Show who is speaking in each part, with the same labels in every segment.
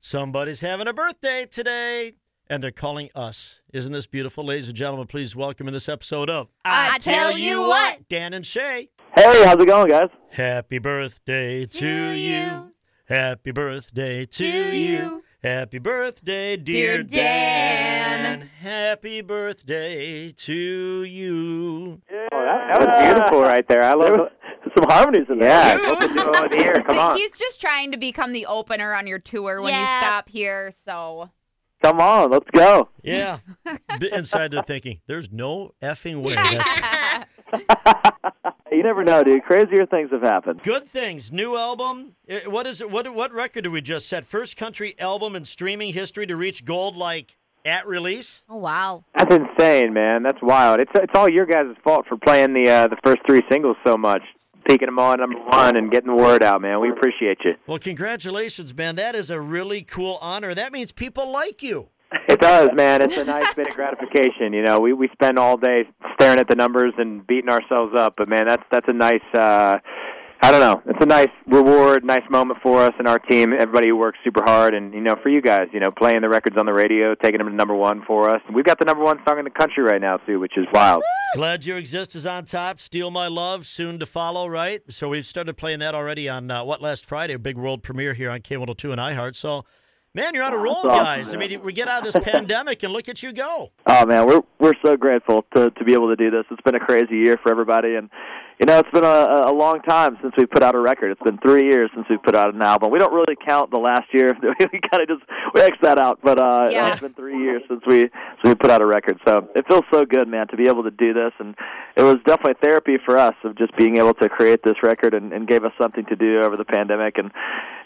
Speaker 1: Somebody's having a birthday today, and they're calling us. Isn't this beautiful, ladies and gentlemen? Please welcome in this episode of
Speaker 2: I Tell You What.
Speaker 1: Dan and Shay.
Speaker 3: Hey, how's it going, guys?
Speaker 1: Happy birthday to, you. Happy birthday to, you. Happy birthday, dear,
Speaker 2: Dear Dan.
Speaker 1: Happy birthday to you.
Speaker 3: Oh, that, that was beautiful right there. I love some harmonies in there. Yeah, what's going on here? Come
Speaker 4: Like,
Speaker 3: on,
Speaker 4: He's just trying to become the opener on your tour when you
Speaker 2: Yeah.
Speaker 4: stop here. So
Speaker 3: come on, let's go.
Speaker 1: Yeah. B- Inside they're thinking, there's no effing way. That's
Speaker 3: You never know, dude. Crazier things have happened.
Speaker 1: good things. New album. Eh, What is it? What what record did we just set? First country album in streaming history to reach gold like at release.
Speaker 2: Oh wow.
Speaker 3: That's insane, man. That's wild. It's it's all your guys' fault for playing the uh, the first three singles so much, peaking them all at number one and getting the word out, man. We appreciate you.
Speaker 1: Well, congratulations, man. That is a really cool honor. That means people like you.
Speaker 3: It does, man. It's a nice bit of gratification. You know, we we spend all day staring at the numbers and beating ourselves up, but man, that's that's a nice. uh I don't know. It's a nice reward, nice moment for us and our team. Everybody who works super hard, and you know, for you guys, you know, playing the records on the radio, taking them to number one for us. We've got the number one song in the country right now too, which is wild.
Speaker 1: Glad You Exist is on top. Steal My Love, soon to follow, right? So we've started playing that already on, uh, what, last Friday? A big world premiere here on K102 and iHeart. So, man, you're on a roll,
Speaker 3: awesome,
Speaker 1: guys. I
Speaker 3: man.
Speaker 1: mean, we get out of this pandemic and look at you go.
Speaker 3: Oh man, we're we're so grateful to to be able to do this. It's been a crazy year for everybody, and you know it's been a, a long time since we put out a record. It's been three years since we put out an album. We don't really count the last year. we kind of just we X that out. But uh,
Speaker 4: Yeah.
Speaker 3: it's been three years since we since we put out a record. So it feels so good, man, to be able to do this, and it was definitely therapy for us of just being able to create this record and, and gave us something to do over the pandemic. And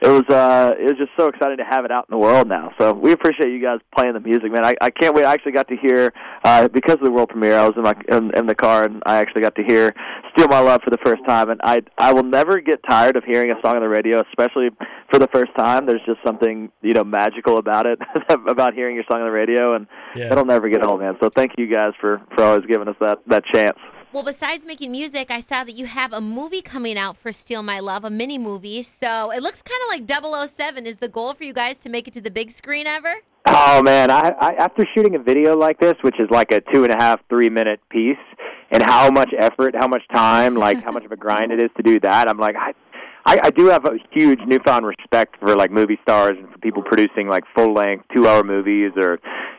Speaker 3: it was uh, it was just so exciting to have it out in the world now. So we appreciate you guys playing the music, man. I, I can't wait. I actually got to hear uh, because of the world premiere. I was in my in, in the car and I actually got to hear "Steal My Love" for the first time, and I I will never get tired of hearing a song on the radio, especially for the first time. There's just something you know magical about it, about hearing your song on the radio, and
Speaker 1: Yeah.
Speaker 3: it'll never get old, man. So thank you guys for for always giving us that that chance.
Speaker 2: Well, besides making music, I saw that you have a movie coming out for Steal My Love, a mini movie. So it looks kind of like 007. Is the goal for you guys to make it to the big screen ever?
Speaker 3: Oh man, I, I after shooting a video like this, which is like a two and a half, three minute piece, and how much effort, how much time, like how much of a grind it is to do that, I'm like, I, I, I do have a huge newfound respect for like movie stars and for people producing like full length, two hour movies or,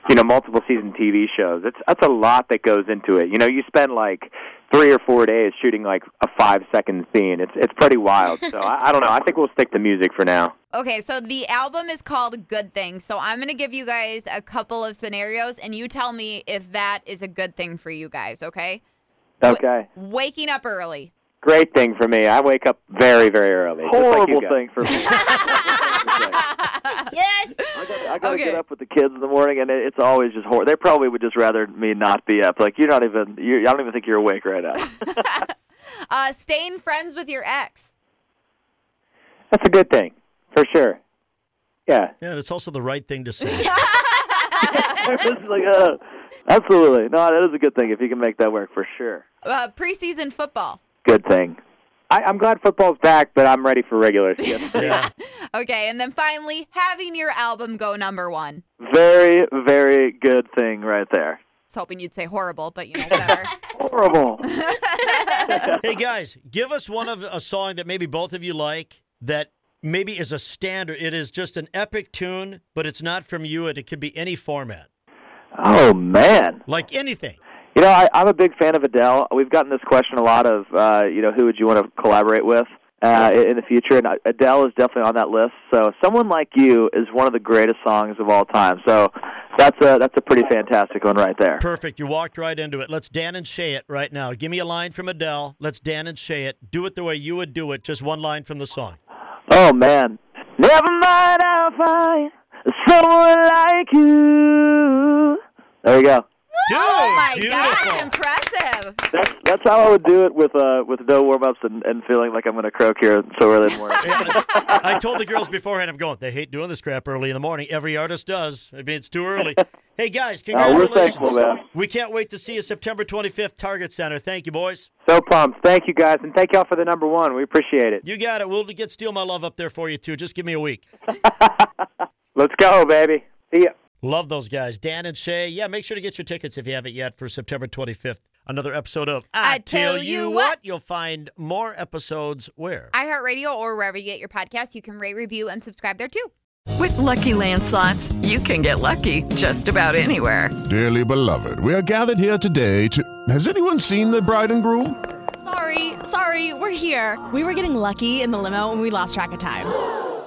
Speaker 3: you know, multiple season TV shows. It's that's a lot that goes into it. You know, you spend like three or four days shooting like a five second scene. It's it's pretty wild. So I, I don't know. I think we'll stick to music for now.
Speaker 4: okay, so the album is called Good Things. So I'm gonna give you guys a couple of scenarios, and you tell me if that is a good thing for you guys. Okay.
Speaker 3: Okay.
Speaker 4: Waking up early.
Speaker 3: Great thing for me. I wake up very, very early.
Speaker 5: Horrible
Speaker 3: just like you guys.
Speaker 5: thing for me.
Speaker 2: Yes.
Speaker 3: I gotta, I gotta
Speaker 4: Okay.
Speaker 3: get up with the kids in the morning, and it, it's always just horrible. They probably would just rather me not be up. Like you're not even. you I don't even think you're awake right now.
Speaker 4: Uh, staying friends with your ex.
Speaker 3: That's a good thing, for sure. Yeah,
Speaker 1: Yeah, and it's also the right thing to say.
Speaker 3: It's like, uh, absolutely. No, that is a good thing if you can make that work for sure.
Speaker 4: Uh, preseason football.
Speaker 3: Good thing. I, I'm glad football's back, but I'm ready for regular season.
Speaker 1: yeah.
Speaker 4: Okay, and then finally having your album go number one.
Speaker 3: very, very good thing right there.
Speaker 4: I was hoping you'd say horrible, but you know whatever.
Speaker 3: Horrible.
Speaker 1: Hey, guys, give us one of a song that maybe both of you like that maybe is a standard. It is just an epic tune, but it's not from you, and it could be any format,
Speaker 3: oh man.
Speaker 1: like anything.
Speaker 3: You know, I, I'm a big fan of Adele. We've gotten this question a lot of, uh, you know, who would you want to collaborate with uh, in in the future? And Adele is definitely on that list. So, "Someone Like You" is one of the greatest songs of all time. So, that's a that's a pretty fantastic one right there.
Speaker 1: Perfect. You walked right into it. Let's Dan and Shay it right now. Give me a line from Adele. Let's Dan and Shay it. Do it the way you would do it. Just one line from the song.
Speaker 3: Oh man, Never mind, I'll find someone like you. There you go.
Speaker 1: Dude,
Speaker 4: Oh my
Speaker 1: beautiful.
Speaker 4: God, impressive.
Speaker 3: That's that's how I would do it with uh with no warm ups and, and feeling like I'm gonna croak here so early in the morning.
Speaker 1: I told the girls beforehand, I'm going, they hate doing this crap early in the morning. Every artist does. I mean, it's too early. Hey, guys,
Speaker 3: Uh, we're
Speaker 1: congratulations.
Speaker 3: thankful, man.
Speaker 1: We can't wait to see you September 25th, Target Center. Thank you, boys.
Speaker 6: So pumped. Thank you guys, and thank y'all for the number one. We appreciate it.
Speaker 1: You got it. We'll get Steal My Love up there for you, too. Just give me a week.
Speaker 6: Let's go, baby. See ya.
Speaker 1: Love those guys. Dan and Shay. Yeah, make sure to get your tickets if you haven't yet for September 25th. Another episode of
Speaker 4: I Tell You What.
Speaker 1: You'll find more episodes where?
Speaker 4: iHeartRadio or wherever you get your podcasts, you can rate, review, and subscribe there too.
Speaker 7: With Lucky Land slots, you can get lucky just about anywhere.
Speaker 8: Dearly beloved, we are gathered here today to. Has anyone seen the bride and groom?
Speaker 9: Sorry, sorry, we're here. We were getting lucky in the limo and we lost track of time.